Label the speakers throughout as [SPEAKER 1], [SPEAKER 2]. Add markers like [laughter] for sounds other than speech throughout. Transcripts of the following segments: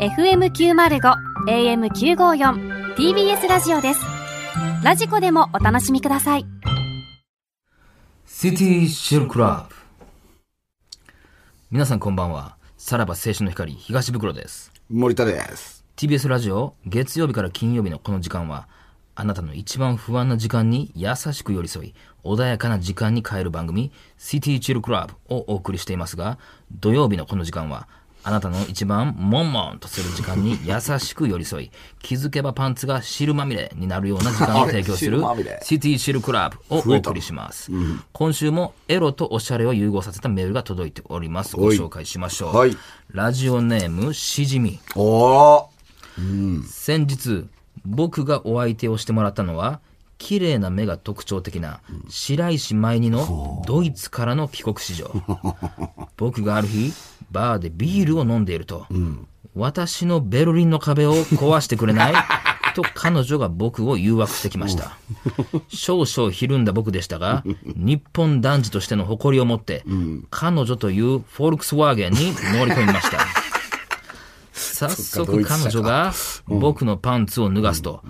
[SPEAKER 1] FM905 AM954 TBS ラジオですラジコでもお楽しみください
[SPEAKER 2] シティシェルクラブ皆さんこんばんはさらば青春の光東袋です
[SPEAKER 3] 森田です。
[SPEAKER 2] TBS ラジオ月曜日から金曜日のこの時間はあなたの一番不安な時間に優しく寄り添い穏やかな時間に変える番組「シティチルクラブ」をお送りしていますが土曜日のこの時間はあなたの一番モンモンとする時間
[SPEAKER 3] [laughs]
[SPEAKER 2] に優しく寄り添い気づけばパンツが汁まみれになるような時間を提供する
[SPEAKER 3] 汁まみれ
[SPEAKER 2] シティシルクラブをお送りします、今週もエロとおしゃれを融合させたメールが届いておりますご
[SPEAKER 3] はい
[SPEAKER 2] 紹介しましょう、
[SPEAKER 3] はい
[SPEAKER 2] ラジオネームしじみ
[SPEAKER 3] お
[SPEAKER 2] 先日僕がお相手をしてもらったのは綺麗な目が特徴的な白石舞二のドイツからの帰国子女僕がある日バーでビールを飲んでいると、私のベルリンの壁を壊してくれない [laughs] と彼女が僕を誘惑してきました。少々ひるんだ僕でしたが、日本男児としての誇りを持って、彼女というフォルクスワーゲンに乗り込みました。早速彼女が僕のパンツを脱がすと、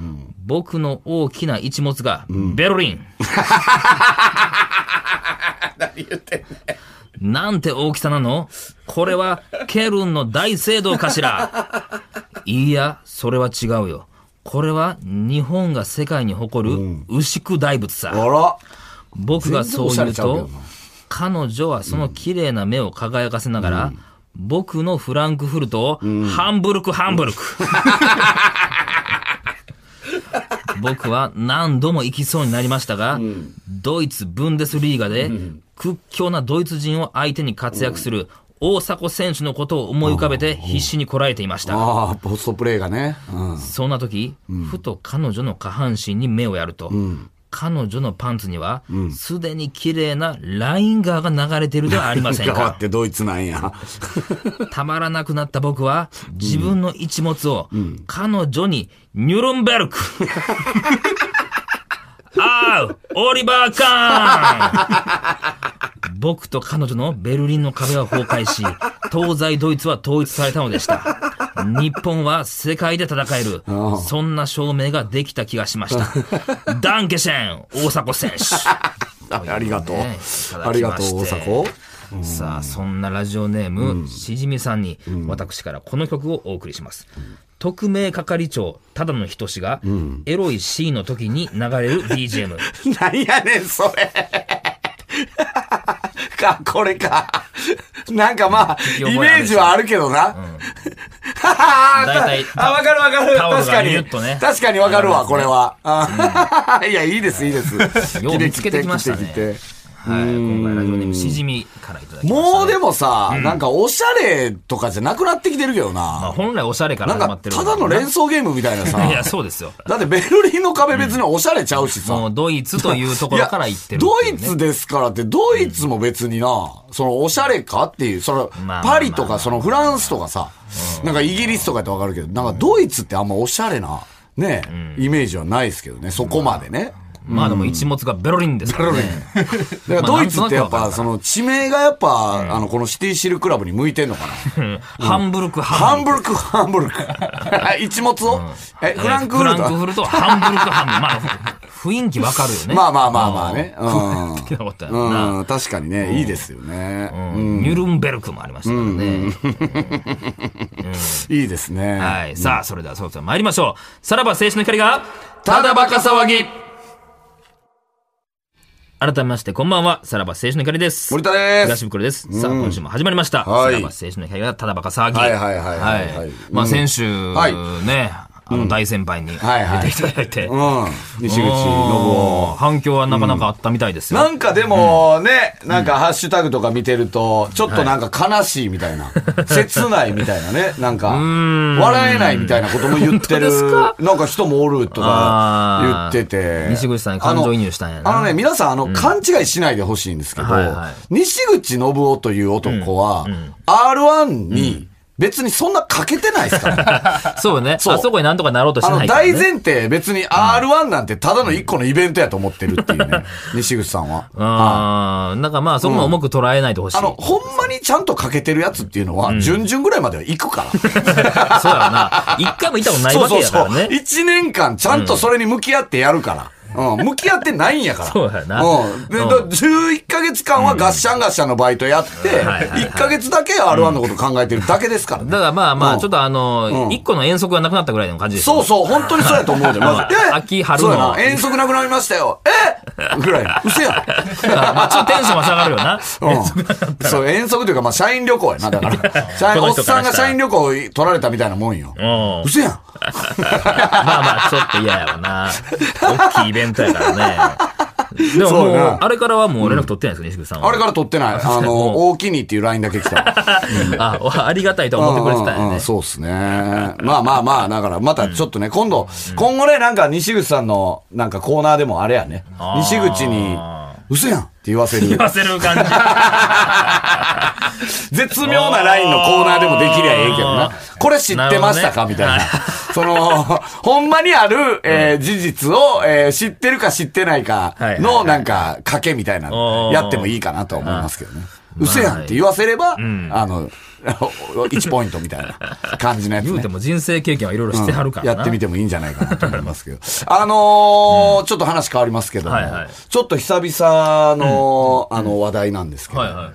[SPEAKER 2] 僕の大きな一物がベルリン。なんて大きさなのこれはケルンの大聖堂かしらいいや、それは違うよ。これは日本が世界に誇る牛久大仏さ。
[SPEAKER 3] あら
[SPEAKER 2] 僕がそう言う
[SPEAKER 3] 全然おしゃれちゃうけ
[SPEAKER 2] と
[SPEAKER 3] どな、
[SPEAKER 2] 彼女はその綺麗な目を輝かせながら、僕のフランクフルトを、ハンブルク、ハンブ
[SPEAKER 3] [laughs]
[SPEAKER 2] ルク。僕は何度も行きそうになりましたが、ドイツ・ブンデスリーガで屈強なドイツ人を相手に活躍する大迫選手のことを思い浮かべて必死にこらえていました。
[SPEAKER 3] ああ、ポストプレーがね。うん。
[SPEAKER 2] そんな時、ふと彼女の下半身に目をやると、彼女のパンツには、すでに綺麗なライン川が流れてるではありません
[SPEAKER 3] 変わっ
[SPEAKER 2] か。
[SPEAKER 3] てドイツな
[SPEAKER 2] [laughs]
[SPEAKER 3] んや。
[SPEAKER 2] たまらなくなった僕は、自分の一物を、彼女に、ニュルンベ
[SPEAKER 3] [laughs]
[SPEAKER 2] ルク。あう、オリバーカーン僕と彼女のベルリンの壁は崩壊し、東西ドイツは統一されたのでした。日本は世界で戦える。そんな証明ができた気がしま
[SPEAKER 3] [laughs]
[SPEAKER 2] した。ダンケシェン、大迫選手。
[SPEAKER 3] ありがとう
[SPEAKER 2] ねいただきまして
[SPEAKER 3] ありがとう大迫
[SPEAKER 2] さあそんなラジオネーム、しじみさんに私からこの曲をお送りします、匿名係長ただのひとしが、エロいシーンの時に流れる [laughs] BGM
[SPEAKER 3] なんやねん、それ。か、これか。なんかまあ、イ
[SPEAKER 2] き覚えあるでしょ
[SPEAKER 3] メージはあるけど [laughs] な。はは
[SPEAKER 2] 大体
[SPEAKER 3] あ、わかるわかる。
[SPEAKER 2] タオルが
[SPEAKER 3] 確か
[SPEAKER 2] ニ
[SPEAKER 3] に
[SPEAKER 2] ュッとね。
[SPEAKER 3] 確かにわかるわ、これは。あ [laughs] いや、いいです、いいです。
[SPEAKER 2] よう見つけてきましたね
[SPEAKER 3] 切って切って切って
[SPEAKER 2] はい今回ラジオネームしじみからいただきました、ね、
[SPEAKER 3] もうでもさ、なんかおしゃれとかじゃなくなってきてるけど
[SPEAKER 2] まあ
[SPEAKER 3] な。
[SPEAKER 2] 本来おしゃれから
[SPEAKER 3] な
[SPEAKER 2] 始
[SPEAKER 3] ん
[SPEAKER 2] ま
[SPEAKER 3] か、
[SPEAKER 2] って
[SPEAKER 3] た
[SPEAKER 2] る
[SPEAKER 3] だの連想ゲームみたいなさ。
[SPEAKER 2] いやそうですよ
[SPEAKER 3] だってベルリンの壁別におしゃれちゃうしさ。
[SPEAKER 2] もうドイツというところから言ってるって
[SPEAKER 3] ド
[SPEAKER 2] いうね、
[SPEAKER 3] イツですからって、ドイツも別にな、そのおしゃれかっていう、その
[SPEAKER 2] まあ
[SPEAKER 3] パリとかそのフランスとかさ、なんかイギリスとかやってわかるけど、なんかドイツってあんまおしゃれな、ね、イメージはないですけどね、そこまでね。
[SPEAKER 2] まあでも一物がベロリンですからね
[SPEAKER 3] だから
[SPEAKER 2] まあ
[SPEAKER 3] ドイツってやっ
[SPEAKER 2] なんとなくわかる
[SPEAKER 3] ぱ、
[SPEAKER 2] から
[SPEAKER 3] その地名がやっぱ、あの、このシティシルクラブに向いてんのかな。
[SPEAKER 2] [laughs] ハンブルクハ
[SPEAKER 3] ハ
[SPEAKER 2] ン
[SPEAKER 3] ン
[SPEAKER 2] ブル
[SPEAKER 3] ブルク、ハンブルク。 [laughs] 一物をえ、
[SPEAKER 2] ク
[SPEAKER 3] フランクフ
[SPEAKER 2] フラ
[SPEAKER 3] ル
[SPEAKER 2] ンク
[SPEAKER 3] ト
[SPEAKER 2] フルトハンブルクハンブルクまあ雰囲気わかるよ [laughs] ね
[SPEAKER 3] まあまあまあまあね。うん
[SPEAKER 2] 聞いたことあるな、
[SPEAKER 3] うん、確かにね、いいですよね。
[SPEAKER 2] ニュルンベルクもありましたからね。
[SPEAKER 3] いいですね。
[SPEAKER 2] はい。さあ、それでは、そうそう参りましょう。さらば青春の光が、ただバカ騒ぎ改めまして、こんばんは。さらば青春の光です。
[SPEAKER 3] 森田で
[SPEAKER 2] 東
[SPEAKER 3] す。
[SPEAKER 2] 袋です。さあ、今週も始まりました。さらば
[SPEAKER 3] は
[SPEAKER 2] 青
[SPEAKER 3] い
[SPEAKER 2] 春の光が、ただバカ騒ぎ。
[SPEAKER 3] はいはいはいはいはい
[SPEAKER 2] まあ、
[SPEAKER 3] うん
[SPEAKER 2] 先週、
[SPEAKER 3] はい
[SPEAKER 2] ね、あの、大先輩に出
[SPEAKER 3] はいはい
[SPEAKER 2] ていただいて。
[SPEAKER 3] うん。西口信夫。
[SPEAKER 2] もう反響はなかなかあったみたいですよ。
[SPEAKER 3] なんかでもね、なんかハッシュタグとか見てると、ちょっとなんか悲しいみたいな、
[SPEAKER 2] [laughs]
[SPEAKER 3] 切ないみたいなね、なんか、笑えないみたいなことも言ってる、なんか人もおるとか
[SPEAKER 2] あー
[SPEAKER 3] 言ってて。
[SPEAKER 2] 西口さんに感情移入したんやな
[SPEAKER 3] あのあのね、皆さん、あの、勘違いしないでほしいんですけど
[SPEAKER 2] はいは、
[SPEAKER 3] 西口信夫という男は、R1 に、別にそんな欠けてないですから、 [laughs] ね、
[SPEAKER 2] そうね。
[SPEAKER 3] そう
[SPEAKER 2] あそこになんとかなろうとして
[SPEAKER 3] あ
[SPEAKER 2] な
[SPEAKER 3] の
[SPEAKER 2] いから、
[SPEAKER 3] 大
[SPEAKER 2] ね。
[SPEAKER 3] 前提別に R1 なんてただの一個のイベントやと思ってるっていうね西口さんは。
[SPEAKER 2] ああ、なんかまあそこも重く捉えないでほしい。
[SPEAKER 3] あの、ほんまにちゃんと欠けてるやつっていうのは、準々ぐらいまでは行くから。
[SPEAKER 2] そうやろな。一回もいたことない
[SPEAKER 3] そう
[SPEAKER 2] わけ
[SPEAKER 3] そう
[SPEAKER 2] やか
[SPEAKER 3] そ
[SPEAKER 2] らね。
[SPEAKER 3] う。一年間ちゃんとそれに向き合ってやるから。うん、向き合ってないんやから。
[SPEAKER 2] そうやな
[SPEAKER 3] うん。で、
[SPEAKER 2] うん
[SPEAKER 3] だ11ヶ月間はガッシャンガッシャンのバイトやって、
[SPEAKER 2] はいはい
[SPEAKER 3] 1ヶ月だけ R1 のこと考えてるだけですからね。
[SPEAKER 2] だからまあま
[SPEAKER 3] うん
[SPEAKER 2] あ、ちょっとあ
[SPEAKER 3] う
[SPEAKER 2] の
[SPEAKER 3] ん、
[SPEAKER 2] 一個の遠足がなくなったぐらいの感じですよ
[SPEAKER 3] そうそう、本当にそうやと思うで。
[SPEAKER 2] [laughs]
[SPEAKER 3] まず、
[SPEAKER 2] うん
[SPEAKER 3] え
[SPEAKER 2] 秋春の
[SPEAKER 3] そうやな。遠足なくなりましたよ。えぐらい。
[SPEAKER 2] [laughs]
[SPEAKER 3] 嘘やん。
[SPEAKER 2] まあちょっとテンションは下がるよ
[SPEAKER 3] [laughs]
[SPEAKER 2] な。
[SPEAKER 3] うん、そう、遠足というか、まあ、社員旅行やな、だから。社員
[SPEAKER 2] [laughs] こ
[SPEAKER 3] お
[SPEAKER 2] の
[SPEAKER 3] っ
[SPEAKER 2] 人
[SPEAKER 3] さ
[SPEAKER 2] か
[SPEAKER 3] ん
[SPEAKER 2] らしたら
[SPEAKER 3] が社員旅行取られたみたいなもんよ。
[SPEAKER 2] うん。
[SPEAKER 3] 嘘やん。
[SPEAKER 2] まあまあ、ちょっと嫌やわな。大きいイベントやからね。でも
[SPEAKER 3] そう
[SPEAKER 2] もう、
[SPEAKER 3] やな
[SPEAKER 2] あれからはもう連絡取ってないですよ、西口さんは。
[SPEAKER 3] あれから取ってない。あ
[SPEAKER 2] [laughs]
[SPEAKER 3] の、大きにっていう LINE だけ来た。
[SPEAKER 2] あ、わありがたいとは思ってくれてたん
[SPEAKER 3] うん
[SPEAKER 2] や
[SPEAKER 3] うんう
[SPEAKER 2] ね
[SPEAKER 3] ん。そうですね。まあまあまあ、だからまたちょっとね、今度、今後ね、なんか西口さんのなんかコーナーでもあれやね。
[SPEAKER 2] あー
[SPEAKER 3] 西口に、嘘やんって言わせ
[SPEAKER 2] [laughs]
[SPEAKER 3] る
[SPEAKER 2] 言。わせる感じ。
[SPEAKER 3] 絶妙なラインのコーナーでもできりゃええけど
[SPEAKER 2] あ
[SPEAKER 3] な。これ知ってましたか、
[SPEAKER 2] な
[SPEAKER 3] み
[SPEAKER 2] るほ
[SPEAKER 3] た
[SPEAKER 2] ど
[SPEAKER 3] い
[SPEAKER 2] ね
[SPEAKER 3] な。 [laughs] その、ほんまにある、えー事実を、えー知ってるか知ってないか
[SPEAKER 2] はいはいはいは
[SPEAKER 3] の
[SPEAKER 2] い
[SPEAKER 3] なんか賭けみたいなの
[SPEAKER 2] おー
[SPEAKER 3] やってもいいかなとは思いますけどね。嘘やんって言わせれば、あの、1ポイントみたいな感じのやつ、ね。
[SPEAKER 2] 言うても人生経験はいろいろしてはるからな。
[SPEAKER 3] やってみてもいいんじゃないかなと思いますけど。 [laughs] あのーちょっと話変わりますけども、
[SPEAKER 2] はいはい
[SPEAKER 3] ちょっと久々の、あの話題なんですけど、
[SPEAKER 2] はいはい。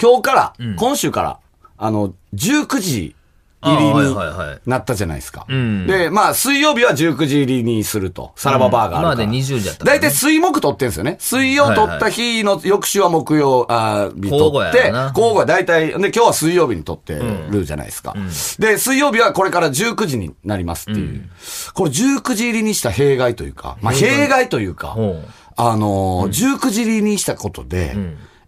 [SPEAKER 3] 今日から、今週から、あの、19時入り
[SPEAKER 2] あはい
[SPEAKER 3] に
[SPEAKER 2] はいはい
[SPEAKER 3] なったじゃないですか。
[SPEAKER 2] ん
[SPEAKER 3] で、まあ、水曜日は19時入りにすると、さらばバーガーあるから。
[SPEAKER 2] うん今まで20時やったから
[SPEAKER 3] 大
[SPEAKER 2] ね
[SPEAKER 3] 体水木取ってんですよね。水曜取った日の翌週は木曜、あー日
[SPEAKER 2] 交
[SPEAKER 3] 取
[SPEAKER 2] 互
[SPEAKER 3] って
[SPEAKER 2] やな、
[SPEAKER 3] 交互大体、で、今日は水曜日に取ってるじゃないですか。で、水曜日はこれから19時になりますっていう。これ19時入りにした弊害というか、まあ、弊害というか、
[SPEAKER 2] ほう
[SPEAKER 3] あのー、19時入りにしたことで、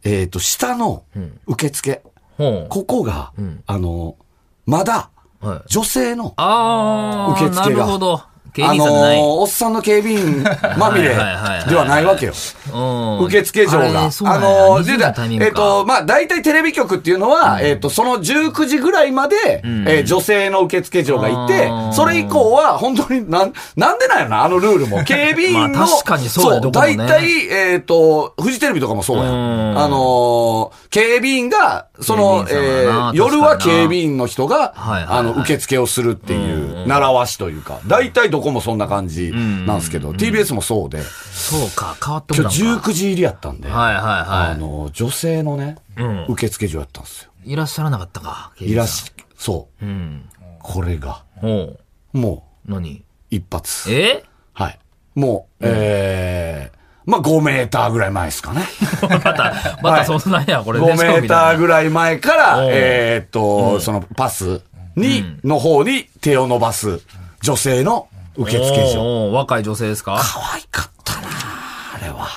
[SPEAKER 3] えっ、と、下の受付、
[SPEAKER 2] ほう。
[SPEAKER 3] ここが、あのー、まだ
[SPEAKER 2] はい、
[SPEAKER 3] 女性の、
[SPEAKER 2] あ
[SPEAKER 3] 受付
[SPEAKER 2] あ、
[SPEAKER 3] が
[SPEAKER 2] なるほど。芸
[SPEAKER 3] あ
[SPEAKER 2] 人
[SPEAKER 3] の
[SPEAKER 2] さんない。
[SPEAKER 3] ー、おっさんの警備員まみれ
[SPEAKER 2] はいはいはいはい
[SPEAKER 3] ではないわけよ。
[SPEAKER 2] うん
[SPEAKER 3] 受付嬢
[SPEAKER 2] あ
[SPEAKER 3] が。
[SPEAKER 2] れそうなんや
[SPEAKER 3] のー、
[SPEAKER 2] 20のタイミン
[SPEAKER 3] でえ
[SPEAKER 2] グ
[SPEAKER 3] っ、
[SPEAKER 2] か
[SPEAKER 3] と、まあ、大体テレビ局っていうのは、えっ、と、その19時ぐらいまで、えー女性の受付嬢がいて
[SPEAKER 2] あ、ー
[SPEAKER 3] それ以降は、本当になん、なんでなんやろな、あのルール
[SPEAKER 2] [laughs]
[SPEAKER 3] も。警備員の、
[SPEAKER 2] まあ確かにそうやどこも
[SPEAKER 3] 大
[SPEAKER 2] ね
[SPEAKER 3] 体、えっ、と、フジテレビとかもそうやん。
[SPEAKER 2] うん
[SPEAKER 3] あのー、警備員が、その、
[SPEAKER 2] 警備員
[SPEAKER 3] え
[SPEAKER 2] さんはな
[SPEAKER 3] ー夜は
[SPEAKER 2] 確かに
[SPEAKER 3] 警
[SPEAKER 2] な
[SPEAKER 3] 備員の人が、
[SPEAKER 2] はいはいはい
[SPEAKER 3] あの、受付をするっていう、習わしというか、大体どこもそんな感じなんですけど、TBS もそうで、
[SPEAKER 2] そうか、変わってく
[SPEAKER 3] 今
[SPEAKER 2] たん
[SPEAKER 3] 日
[SPEAKER 2] か。
[SPEAKER 3] 19時入りやったんで、
[SPEAKER 2] はいはい
[SPEAKER 3] あ
[SPEAKER 2] は
[SPEAKER 3] の、女性のね、
[SPEAKER 2] ん
[SPEAKER 3] 受付嬢やったんですよ。
[SPEAKER 2] い。いらっしゃらなかったか。
[SPEAKER 3] いらっ
[SPEAKER 2] ゃ。
[SPEAKER 3] し、そう。
[SPEAKER 2] うん。
[SPEAKER 3] これが、
[SPEAKER 2] ほう。
[SPEAKER 3] も
[SPEAKER 2] 何
[SPEAKER 3] う、一発。
[SPEAKER 2] え [laughs]
[SPEAKER 3] はい。もう、えー、まあ、5メーターぐらい前ですかね。
[SPEAKER 2] またそんなんや、これ。
[SPEAKER 3] 5メーター
[SPEAKER 2] ぐ
[SPEAKER 3] ぐらい前から
[SPEAKER 2] お、う
[SPEAKER 3] えーっと、そのパスに、の方に手を伸ばす女性の受付嬢。
[SPEAKER 2] 若い女性ですか
[SPEAKER 3] 可愛かったなあれは。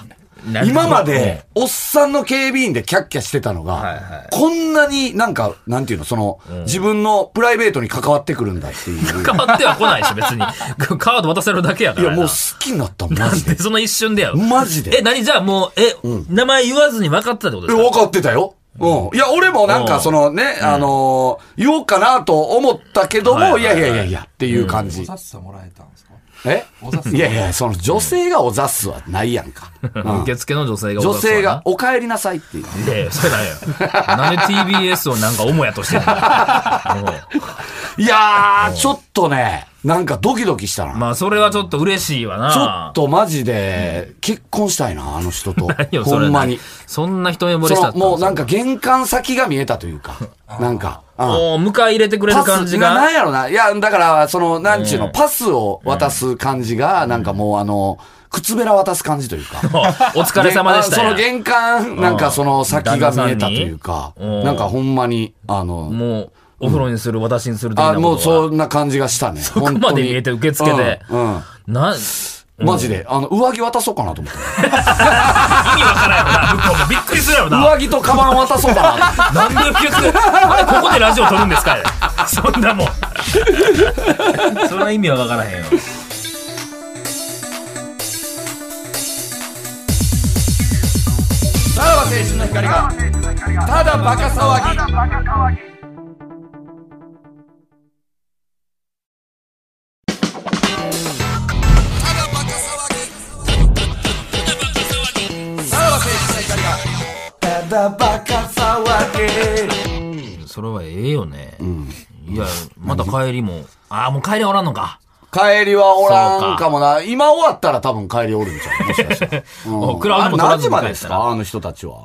[SPEAKER 3] [laughs] 今まで、、おっさんの警備員でキャッキャしてたのが、
[SPEAKER 2] はいはい
[SPEAKER 3] こんなになんか、なんていうの、その、自分のプライベートに関わってくるんだっていう。
[SPEAKER 2] 変わっては来ないし、別に。 [laughs] カード渡せるだけやか
[SPEAKER 3] い
[SPEAKER 2] ら
[SPEAKER 3] や、
[SPEAKER 2] な。
[SPEAKER 3] もう好きになった、マ
[SPEAKER 2] なん
[SPEAKER 3] ジで
[SPEAKER 2] で。その一瞬でやろ。
[SPEAKER 3] マジで
[SPEAKER 2] え、何じゃあもう、え、名前言わずに分かってたってこと
[SPEAKER 3] え、
[SPEAKER 2] です
[SPEAKER 3] 分
[SPEAKER 2] か
[SPEAKER 3] かってたよ。うん。いや、俺もなん
[SPEAKER 2] う
[SPEAKER 3] か、
[SPEAKER 2] ん
[SPEAKER 3] そのね、あのー言おうかなと思ったけど
[SPEAKER 2] はい
[SPEAKER 3] も、
[SPEAKER 2] はいい
[SPEAKER 3] や
[SPEAKER 2] はいい
[SPEAKER 3] やいやいや、っていう感じ。
[SPEAKER 4] さっさもらえたんですか
[SPEAKER 3] えいやいや、その女性がおざっすはないやん
[SPEAKER 2] [laughs]
[SPEAKER 3] か。うん
[SPEAKER 2] 受付の女性が。
[SPEAKER 3] 女性が、。お帰りなさいっていう。
[SPEAKER 2] いやいや、それなんや。なんで TBS をなんか母やとしてんの
[SPEAKER 3] [laughs] いやー、ちょっとね、なんかドキドキしたな。
[SPEAKER 2] まあ、それはちょっと嬉しいわな。
[SPEAKER 3] ちょっとマジで、結婚したいな、あの人と
[SPEAKER 2] [laughs] 何。よ
[SPEAKER 3] ほ
[SPEAKER 2] それ
[SPEAKER 3] んまに。
[SPEAKER 2] そんな一目惚
[SPEAKER 3] そ
[SPEAKER 2] れした
[SPEAKER 3] の、
[SPEAKER 2] った
[SPEAKER 3] もうなんか玄関先が見えたという
[SPEAKER 2] [laughs]
[SPEAKER 3] か、なんか。うん
[SPEAKER 2] もう迎え入れてくれる
[SPEAKER 3] パ
[SPEAKER 2] 感
[SPEAKER 3] ス、
[SPEAKER 2] じ
[SPEAKER 3] な
[SPEAKER 2] が。
[SPEAKER 3] なんやろな。いや、だから、その、なんちゅうの、
[SPEAKER 2] うん
[SPEAKER 3] パスを渡す感じが、なんかもうあの、靴べら渡す感じというか。
[SPEAKER 2] お疲れ様でした
[SPEAKER 3] [laughs] あそ
[SPEAKER 2] や
[SPEAKER 3] の玄関、なんかその先が見えたというか、
[SPEAKER 2] うん
[SPEAKER 3] なんかほんまに、あの、
[SPEAKER 2] もう、お風呂にする、私にする的な
[SPEAKER 3] あ、
[SPEAKER 2] ことは
[SPEAKER 3] もうそんな感じがしたね。そ
[SPEAKER 2] こまで見えて受付で
[SPEAKER 3] うん。うん
[SPEAKER 2] なん、
[SPEAKER 3] マジで、あの、上着渡そうかなと思って。
[SPEAKER 2] 意味わからんよな。向こうもびっくりするやろな。
[SPEAKER 3] 上着とカバン渡そうかなと。
[SPEAKER 2] なんで受付、あれ、ここでラジオ撮るんですかそんな
[SPEAKER 3] [laughs]
[SPEAKER 2] もん。それは意味はわからへんよ。
[SPEAKER 3] さらば青春の光が、ただバカ騒ぎ。
[SPEAKER 2] よね。いや、また帰りも、ああ、もう帰りはおらんのか。
[SPEAKER 3] 帰りはおら
[SPEAKER 2] そうんか
[SPEAKER 3] かもな。今終わったら多分帰りおるんじゃん。もしかした
[SPEAKER 2] [laughs]
[SPEAKER 3] ら。
[SPEAKER 2] おクラウドも取ら
[SPEAKER 3] 何
[SPEAKER 2] ずに帰
[SPEAKER 3] 時ま
[SPEAKER 2] った
[SPEAKER 3] で
[SPEAKER 2] ら
[SPEAKER 3] ですかあの人たちは。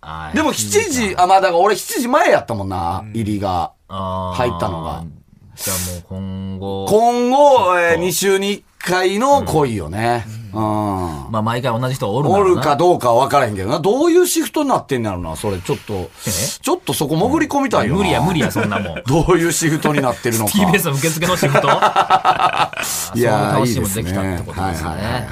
[SPEAKER 2] あー
[SPEAKER 3] でも7時、あ、まあだから俺7時前やったもんな、入りが。
[SPEAKER 2] あー
[SPEAKER 3] 入ったのが。
[SPEAKER 2] じゃあもう今後、
[SPEAKER 3] 今後、え2週に1回の恋よね。うん。
[SPEAKER 2] まあ毎回同じ人おるんだ
[SPEAKER 3] お
[SPEAKER 2] ろう
[SPEAKER 3] る
[SPEAKER 2] な
[SPEAKER 3] かどうかは分からへんけどな。どういうシフトになってんだろうな、それ。ちょっと、ちょっとそこ潜り込みたいよな。
[SPEAKER 2] 無理や無理や、そんな
[SPEAKER 3] [laughs]
[SPEAKER 2] もん。
[SPEAKER 3] どういうシフトになってるのか。
[SPEAKER 2] TBS の受付の仕事
[SPEAKER 3] いやー
[SPEAKER 2] そう
[SPEAKER 3] い
[SPEAKER 2] い
[SPEAKER 3] いうで
[SPEAKER 2] 楽しみもで
[SPEAKER 3] すね。
[SPEAKER 2] きたってことですね。
[SPEAKER 3] はいはいはいはい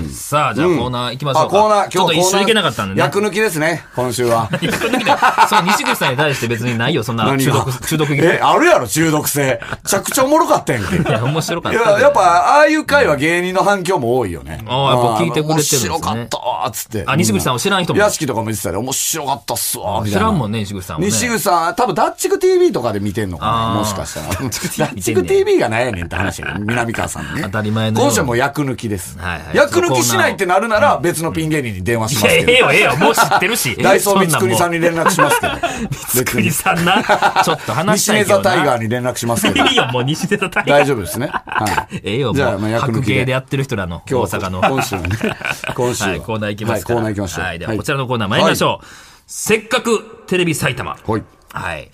[SPEAKER 2] はいさあ、じゃあコーナー行きましょう
[SPEAKER 3] あ、
[SPEAKER 2] か。
[SPEAKER 3] コーナー、
[SPEAKER 2] ちょっと一
[SPEAKER 3] コー
[SPEAKER 2] 瞬
[SPEAKER 3] ナー
[SPEAKER 2] 行けなかったんでね。
[SPEAKER 3] 役抜きですね、今
[SPEAKER 2] [laughs]
[SPEAKER 3] 週は。
[SPEAKER 2] 一瞬行けなか [laughs] ったそれ西口さんに対して別にないよ、そん
[SPEAKER 3] [laughs]
[SPEAKER 2] な中
[SPEAKER 3] が
[SPEAKER 2] 毒、中毒劇。
[SPEAKER 3] え、あるやろ、中毒性。めちゃくちゃおもろかったやん
[SPEAKER 2] [laughs]
[SPEAKER 3] け。い
[SPEAKER 2] いや、面白かった。
[SPEAKER 3] や、やっ、ぱ、ああいう回は芸人の反響も多いよね。
[SPEAKER 2] ああやっぱ聞いてくれてるんですね
[SPEAKER 3] 面白かったわ、つって。
[SPEAKER 2] あ、西口さんを知らん人も。
[SPEAKER 3] 屋敷とかも言ってたよ。面白かったっすわ、み
[SPEAKER 2] 知
[SPEAKER 3] たいな。
[SPEAKER 2] らんもんね、西口さんもね。
[SPEAKER 3] 西口さん、多分ダッチク TV とかで見てんのか
[SPEAKER 2] あー
[SPEAKER 3] なもしかしたら。ダッチ
[SPEAKER 2] 見てん
[SPEAKER 3] ク
[SPEAKER 2] ね
[SPEAKER 3] TV がないやねんって話やね南川さんね。
[SPEAKER 2] 当たり前のように
[SPEAKER 3] 今週も役抜きです。
[SPEAKER 2] はいはい
[SPEAKER 3] 役抜きしないってなるなら別のピン芸人に電話し
[SPEAKER 2] い
[SPEAKER 3] ま
[SPEAKER 2] や、[laughs] え
[SPEAKER 3] すけ
[SPEAKER 2] えよ、ええよ、もう知ってるし。
[SPEAKER 3] ど。 [laughs] ダイソー三つくりさん
[SPEAKER 2] に。
[SPEAKER 3] に連絡しますけど。
[SPEAKER 2] 三つくりさんな。 [laughs] ちょっと話し
[SPEAKER 3] 西
[SPEAKER 2] たい
[SPEAKER 3] 根
[SPEAKER 2] けど
[SPEAKER 3] 座
[SPEAKER 2] な。
[SPEAKER 3] タイガーに連絡しますけど。
[SPEAKER 2] いいよ、もう西根座タイガー。
[SPEAKER 3] 大丈夫ですね。は
[SPEAKER 2] [laughs]
[SPEAKER 3] い。
[SPEAKER 2] ええよ、
[SPEAKER 3] じゃあ
[SPEAKER 2] も
[SPEAKER 3] ま
[SPEAKER 2] う。
[SPEAKER 3] あ役抜きで
[SPEAKER 2] 白芸でやってる人らの、大
[SPEAKER 3] 今日
[SPEAKER 2] 阪の。
[SPEAKER 3] 今
[SPEAKER 2] [laughs]
[SPEAKER 3] 週はね。今週は
[SPEAKER 2] はい、コーナー行きます
[SPEAKER 3] は
[SPEAKER 2] か
[SPEAKER 3] い、
[SPEAKER 2] ら
[SPEAKER 3] コーナー行きましょう。
[SPEAKER 2] はい、ではこちらのコーナー参りましょう。せっかくテレビ埼玉。
[SPEAKER 3] はい。
[SPEAKER 2] はい。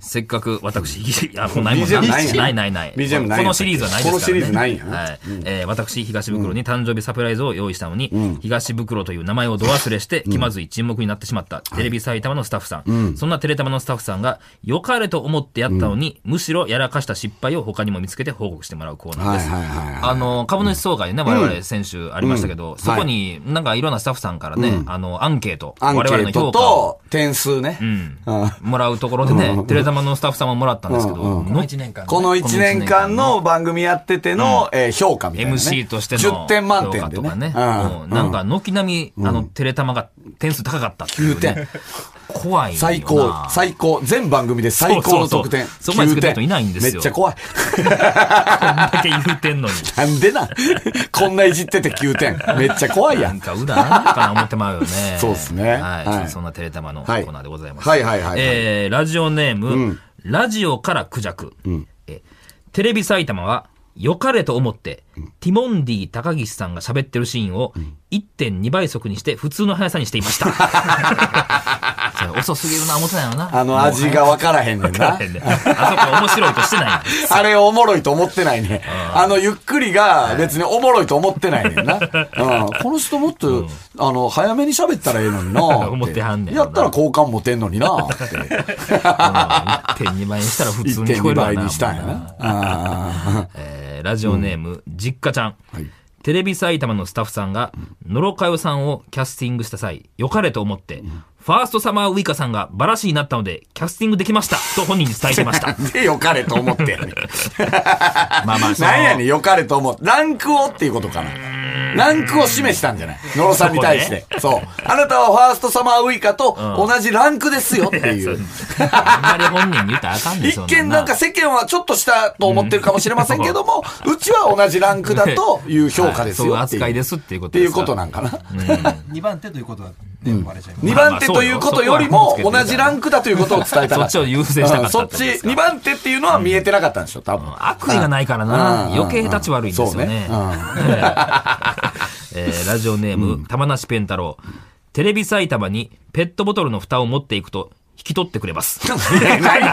[SPEAKER 2] せっかく私、いや、もうないもん
[SPEAKER 3] BGM
[SPEAKER 2] な
[SPEAKER 3] ないんや
[SPEAKER 2] ないないない。
[SPEAKER 3] BGM ないんや
[SPEAKER 2] このシリーズはないですからね。
[SPEAKER 3] このシリーズないんやな
[SPEAKER 2] はい。えー私、東袋に誕生日サプライズを用意したのに、東袋という名前をど忘れして、気まずい沈黙になってしまった、テレビ埼玉のスタッフさん。そんなテレタマのスタッフさんが、良かれと思ってやったのに、むしろやらかした失敗を他にも見つけて報告してもらうコーナー
[SPEAKER 3] は
[SPEAKER 2] で
[SPEAKER 3] い
[SPEAKER 2] す。
[SPEAKER 3] はいはいはい。
[SPEAKER 2] あの、株主総会でね、我々先週ありましたけど、
[SPEAKER 3] ん
[SPEAKER 2] そこになんかいろんなスタッフさんからね、あの、アンケート、
[SPEAKER 3] アンケ
[SPEAKER 2] 我々の
[SPEAKER 3] ート
[SPEAKER 2] 評価を
[SPEAKER 3] と点数ね。うん
[SPEAKER 2] もらうところでね、テレタマのスタッフさんももらったんですけど、の
[SPEAKER 3] この1年間の番組やってての、えー評価みたいな、ね。
[SPEAKER 2] MC としての
[SPEAKER 3] 10点満点で
[SPEAKER 2] 評価とか
[SPEAKER 3] ね。
[SPEAKER 2] ね。
[SPEAKER 3] うん
[SPEAKER 2] もうなんか、軒並み、あの、テレタマが点数高かったっていう、ね。
[SPEAKER 3] 9点。
[SPEAKER 2] 怖いよな。
[SPEAKER 3] 最高、最高。全番組で最高の得
[SPEAKER 2] そ
[SPEAKER 3] 点。
[SPEAKER 2] うそうそうそこまでつけた
[SPEAKER 3] 9
[SPEAKER 2] 人
[SPEAKER 3] 点
[SPEAKER 2] いないんですよ
[SPEAKER 3] めっちゃ怖い。
[SPEAKER 2] こんだけ言うてんのに。
[SPEAKER 3] なんでなんこんないじってて9点。めっちゃ怖いや
[SPEAKER 2] なん
[SPEAKER 3] ん。
[SPEAKER 2] か裏なんかな思ってまうよね。
[SPEAKER 3] [laughs] そうっすね
[SPEAKER 2] はい。
[SPEAKER 3] はい
[SPEAKER 2] ちょっとそんなテレタマのコ
[SPEAKER 3] はい
[SPEAKER 2] ーナーでございます。
[SPEAKER 3] はいはいはいはい
[SPEAKER 2] えー、ラジオネーム、ラジオからクジャク。えテレビ埼玉は、良かれと思って、ティモンディ高岸さんが喋ってるシーンを1.2倍速にして普通の速さにしていま
[SPEAKER 3] [laughs]
[SPEAKER 2] した。それ遅すぎるな思ってたんやろな。
[SPEAKER 3] あの味がわからへんねんな
[SPEAKER 2] あ。そこ面白いとして
[SPEAKER 3] [laughs]
[SPEAKER 2] ない。
[SPEAKER 3] あれおもろいと思ってないね。あのゆっくりが別におもろいと思ってない
[SPEAKER 2] [laughs]
[SPEAKER 3] ねんな。うんこの人もっと、あの、早めに喋ったらええのにな。
[SPEAKER 2] 思ってはんねんな
[SPEAKER 3] やったら好感持てんのにな。
[SPEAKER 2] [laughs]
[SPEAKER 3] って
[SPEAKER 2] 1.2倍にしたら普通に聞こえ
[SPEAKER 3] 1.2
[SPEAKER 2] るわ
[SPEAKER 3] 倍
[SPEAKER 2] な。
[SPEAKER 3] にしたんやな。あ
[SPEAKER 2] えーラジオネーム、実家ちゃん、
[SPEAKER 3] い
[SPEAKER 2] テレビ埼玉のスタッフさんが、野呂佳代さんをキャスティングした際、良かれと思って、ファーストサマーウイカさんがバラシになったので、キャスティングできましたと本人に伝えてま
[SPEAKER 3] [laughs]
[SPEAKER 2] した。
[SPEAKER 3] ーで、よかれと思
[SPEAKER 2] [laughs]
[SPEAKER 3] ってやねん。
[SPEAKER 2] まあまあ、その
[SPEAKER 3] なんやねん、よかれと思う。ランクをっていうことかな。ランクを示したんじゃない野呂さんに対して。そう。あなたはファーストサマーウイカと同じランクですよっていう。
[SPEAKER 2] あんまり本人に言ったらあかんねん、
[SPEAKER 3] 一
[SPEAKER 2] そん
[SPEAKER 3] 見なんか世間はちょっとしたと思ってるかもしれませんけど
[SPEAKER 2] [laughs]
[SPEAKER 3] も、うちは同じランクだという評価ですよ
[SPEAKER 2] はい
[SPEAKER 3] っ
[SPEAKER 2] そ
[SPEAKER 3] て
[SPEAKER 2] ういう扱いですっていうこ
[SPEAKER 3] って
[SPEAKER 2] と
[SPEAKER 3] い
[SPEAKER 2] で
[SPEAKER 3] う
[SPEAKER 2] すか
[SPEAKER 3] ことなんかな。 [laughs]
[SPEAKER 4] 2番手ということはね、バレちゃいます。
[SPEAKER 3] 2番手ということよりも同じランクだということを伝えたかった。
[SPEAKER 2] そっちを優先したかった
[SPEAKER 3] うんそっち、2番手っていうのは見えてなかったんでしょ、多分。
[SPEAKER 2] 悪意がないからな、
[SPEAKER 3] うん
[SPEAKER 2] 余計立ち悪いんですよね。
[SPEAKER 3] そうね
[SPEAKER 2] えーラジオネーム、玉梨ペン太郎。テレビ埼玉にペットボトルの蓋を持っていくと、引き取ってくれます。
[SPEAKER 3] いや
[SPEAKER 2] 何
[SPEAKER 3] [laughs] 何
[SPEAKER 2] や
[SPEAKER 3] や
[SPEAKER 2] ねんこ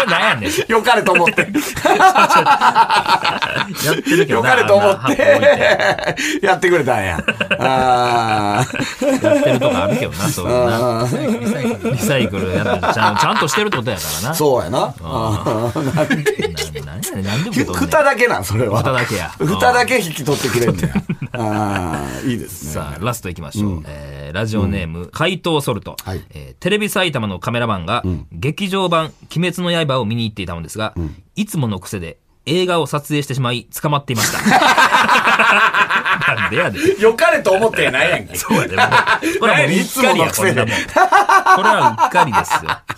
[SPEAKER 2] れ。何やねん。
[SPEAKER 3] よかれと思って。
[SPEAKER 2] [laughs] やってるけど
[SPEAKER 3] よ
[SPEAKER 2] な。
[SPEAKER 3] かれと思
[SPEAKER 2] あんな
[SPEAKER 3] っ
[SPEAKER 2] 箱置いて
[SPEAKER 3] て、 [laughs] やってくれたんや。あー
[SPEAKER 2] [laughs] やってるとかあるけどな、そういうな。リサイクルやらちゃんちゃんとしてるってことやからな。
[SPEAKER 3] そうやな。あーなんで
[SPEAKER 2] う。なんやねん、何でも受
[SPEAKER 3] ふ
[SPEAKER 2] け取んねん
[SPEAKER 3] 蓋だけなん、それは。
[SPEAKER 2] 蓋だけや
[SPEAKER 3] 蓋だけ引き取ってくれんねや。ああ、いいですね。
[SPEAKER 2] さあ、ラストいきましょう。えーラジオネーム、怪盗ソルト、
[SPEAKER 3] はい
[SPEAKER 2] えーテレビ埼玉のカメラマンが、劇場版、鬼滅の刃を見に行っていたのですが、いつもの癖で、映画を撮影してしまい、捕まっていました。なんでやで。
[SPEAKER 3] よかれと思ってやないやんか。
[SPEAKER 2] そうやで。もうこれはもううっかりや、こんなもん。これはうっかりですよ。
[SPEAKER 3] [laughs]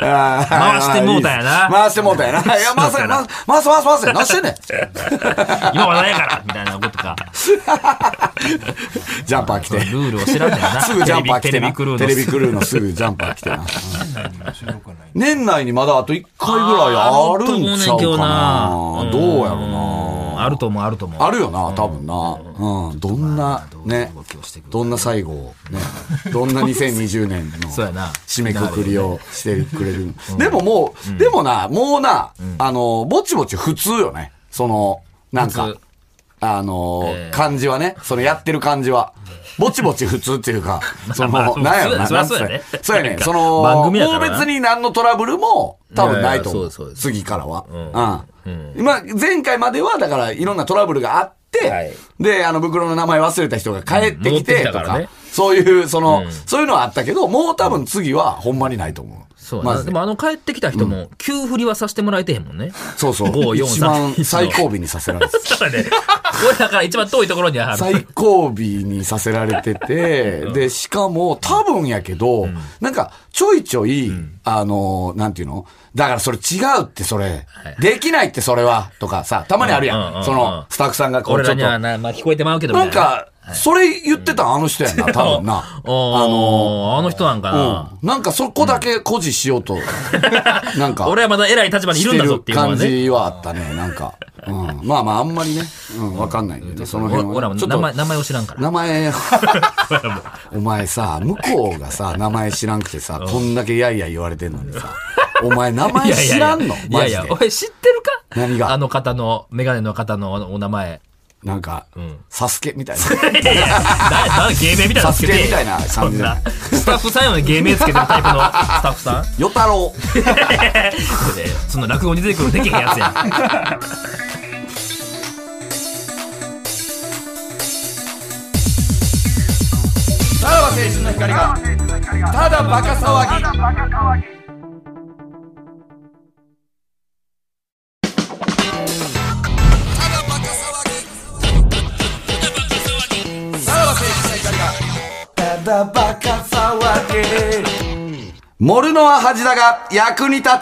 [SPEAKER 3] あー
[SPEAKER 2] 回してもうたんやな
[SPEAKER 3] 回してもうたんや
[SPEAKER 2] [laughs]
[SPEAKER 3] な。いや、回せ、回せ、回せ、回せ、回せ、何してんねん。
[SPEAKER 2] 今話題やからみたいなことか。
[SPEAKER 3] ジャンパー着
[SPEAKER 2] ル
[SPEAKER 3] て。
[SPEAKER 2] ールを知らんねんな。
[SPEAKER 3] [laughs] すぐジャンパー着
[SPEAKER 2] テレビテレ
[SPEAKER 3] てな。
[SPEAKER 2] ビクルーの。
[SPEAKER 3] テレビクルーのすぐジャンパー着
[SPEAKER 2] [laughs]
[SPEAKER 3] てな。年内にまだあと1回ぐらいあるんちゃうかな。どうやろうな。
[SPEAKER 2] な。あると思う、あると思う。
[SPEAKER 3] あるよな、多分な。うん。どんな、ね
[SPEAKER 2] 動きをしてく、る
[SPEAKER 3] どんな最後を、ね、
[SPEAKER 2] [laughs]
[SPEAKER 3] どんな2020年の
[SPEAKER 2] そうやな
[SPEAKER 3] 締めくくりをしてくれる。 [laughs] でももう、でもな、もうな、あの、ぼちぼち普通よね。その、なん
[SPEAKER 2] 普
[SPEAKER 3] か
[SPEAKER 2] 通、
[SPEAKER 3] あの
[SPEAKER 2] ええ、
[SPEAKER 3] 感じはね、そのやってる感
[SPEAKER 2] [laughs]
[SPEAKER 3] じは。ぼちぼち普通っていうか、そ
[SPEAKER 2] まあ
[SPEAKER 3] の、なんやろな、
[SPEAKER 2] そり
[SPEAKER 3] な
[SPEAKER 2] ゃ
[SPEAKER 3] んつ
[SPEAKER 2] そうや
[SPEAKER 3] うの
[SPEAKER 2] ね
[SPEAKER 3] そうやね
[SPEAKER 2] なん
[SPEAKER 3] ん、
[SPEAKER 2] か
[SPEAKER 3] その、
[SPEAKER 2] 番
[SPEAKER 3] もう
[SPEAKER 2] 組やからな
[SPEAKER 3] 別に何のトラブルも多分ないと
[SPEAKER 2] いやい
[SPEAKER 3] 思
[SPEAKER 2] やそうで
[SPEAKER 3] う。
[SPEAKER 2] すそうです
[SPEAKER 3] 次からは。
[SPEAKER 2] う
[SPEAKER 3] うんん
[SPEAKER 2] う。
[SPEAKER 3] 今、前回までは、だから、いろんなトラブルがあって、
[SPEAKER 2] はい
[SPEAKER 3] で、あの、袋の名前忘れた人が帰っ
[SPEAKER 2] う
[SPEAKER 3] てき
[SPEAKER 2] ん戻ってき
[SPEAKER 3] て、
[SPEAKER 2] た
[SPEAKER 3] と
[SPEAKER 2] から
[SPEAKER 3] か、
[SPEAKER 2] ね
[SPEAKER 3] そういう、その、そういうのはあったけど、もう多分次は、ほんまにないと思う。
[SPEAKER 2] そうや
[SPEAKER 3] ま
[SPEAKER 2] な。
[SPEAKER 3] ず
[SPEAKER 2] でもあの帰ってきた人も、急振りはさせてもらえてへんもんね。
[SPEAKER 3] そうそう。
[SPEAKER 2] 5、4、3。
[SPEAKER 3] 一番最後尾にさせられて
[SPEAKER 2] [laughs]
[SPEAKER 3] た。
[SPEAKER 2] そうやね。俺だから一番遠いところにある。
[SPEAKER 3] 最後尾にさせられてて、で、しかも、多分やけど、なんか、ちょいちょい、あの、なんていうのだからそれ違うってそれ、できないってそれは、とかさ、たまにあるや
[SPEAKER 2] うんうんうんうん
[SPEAKER 3] ん。その、スタッフさんがこう、
[SPEAKER 2] 俺
[SPEAKER 3] ちょ
[SPEAKER 2] ら
[SPEAKER 3] っ
[SPEAKER 2] に
[SPEAKER 3] と。
[SPEAKER 2] はな、まあ聞こえてまうけどみ
[SPEAKER 3] な
[SPEAKER 2] たい
[SPEAKER 3] んか、それ言ってたんあの人やんな、多分な。あの、
[SPEAKER 2] あのあの人なんかな。
[SPEAKER 3] うん。なんかそこだけ誇示しよう
[SPEAKER 2] [laughs]
[SPEAKER 3] と、なんか、
[SPEAKER 2] 俺はまだ偉い立場にい
[SPEAKER 3] し
[SPEAKER 2] るん
[SPEAKER 3] て
[SPEAKER 2] だぞ
[SPEAKER 3] る
[SPEAKER 2] っていうのは
[SPEAKER 3] 感
[SPEAKER 2] ね。
[SPEAKER 3] じはあったね、なんか。うん。まあまあ、あんまりね、うん、わかんないんでね、その辺はね。
[SPEAKER 2] 俺らも
[SPEAKER 3] ちょっ
[SPEAKER 2] 名
[SPEAKER 3] と
[SPEAKER 2] 前、名前を知らんから。
[SPEAKER 3] 名前、お前さ、向こうがさ、名前知らんくてさ、こんだけやいやい言われてんのにさ、お前名前知らんの
[SPEAKER 2] い
[SPEAKER 3] マ
[SPEAKER 2] やい
[SPEAKER 3] ジ
[SPEAKER 2] や、
[SPEAKER 3] で。
[SPEAKER 2] 俺知ってるか
[SPEAKER 3] 何が
[SPEAKER 2] あの方の、メガネの方のお名
[SPEAKER 3] [laughs]
[SPEAKER 2] 前。
[SPEAKER 3] なんか
[SPEAKER 2] ん、
[SPEAKER 3] サスケみたい
[SPEAKER 2] [laughs]
[SPEAKER 3] な。
[SPEAKER 2] な、な、芸名みたいなの
[SPEAKER 3] サ
[SPEAKER 2] つ
[SPEAKER 3] ス
[SPEAKER 2] け
[SPEAKER 3] ケ
[SPEAKER 2] て。
[SPEAKER 3] みたいな
[SPEAKER 2] そ
[SPEAKER 3] 感
[SPEAKER 2] ん
[SPEAKER 3] じだ
[SPEAKER 2] な。スタッフさんやのに芸名つけてるタイプのスタッフ
[SPEAKER 3] [laughs]
[SPEAKER 2] さん
[SPEAKER 3] 与太郎。
[SPEAKER 2] その落語に出てくるできへんやつ
[SPEAKER 3] [laughs]
[SPEAKER 2] やん。
[SPEAKER 3] さらば青春の光が、ただバカ騒ぎ。ただバカ騒ぎ。モルノは恥だが役に立つ。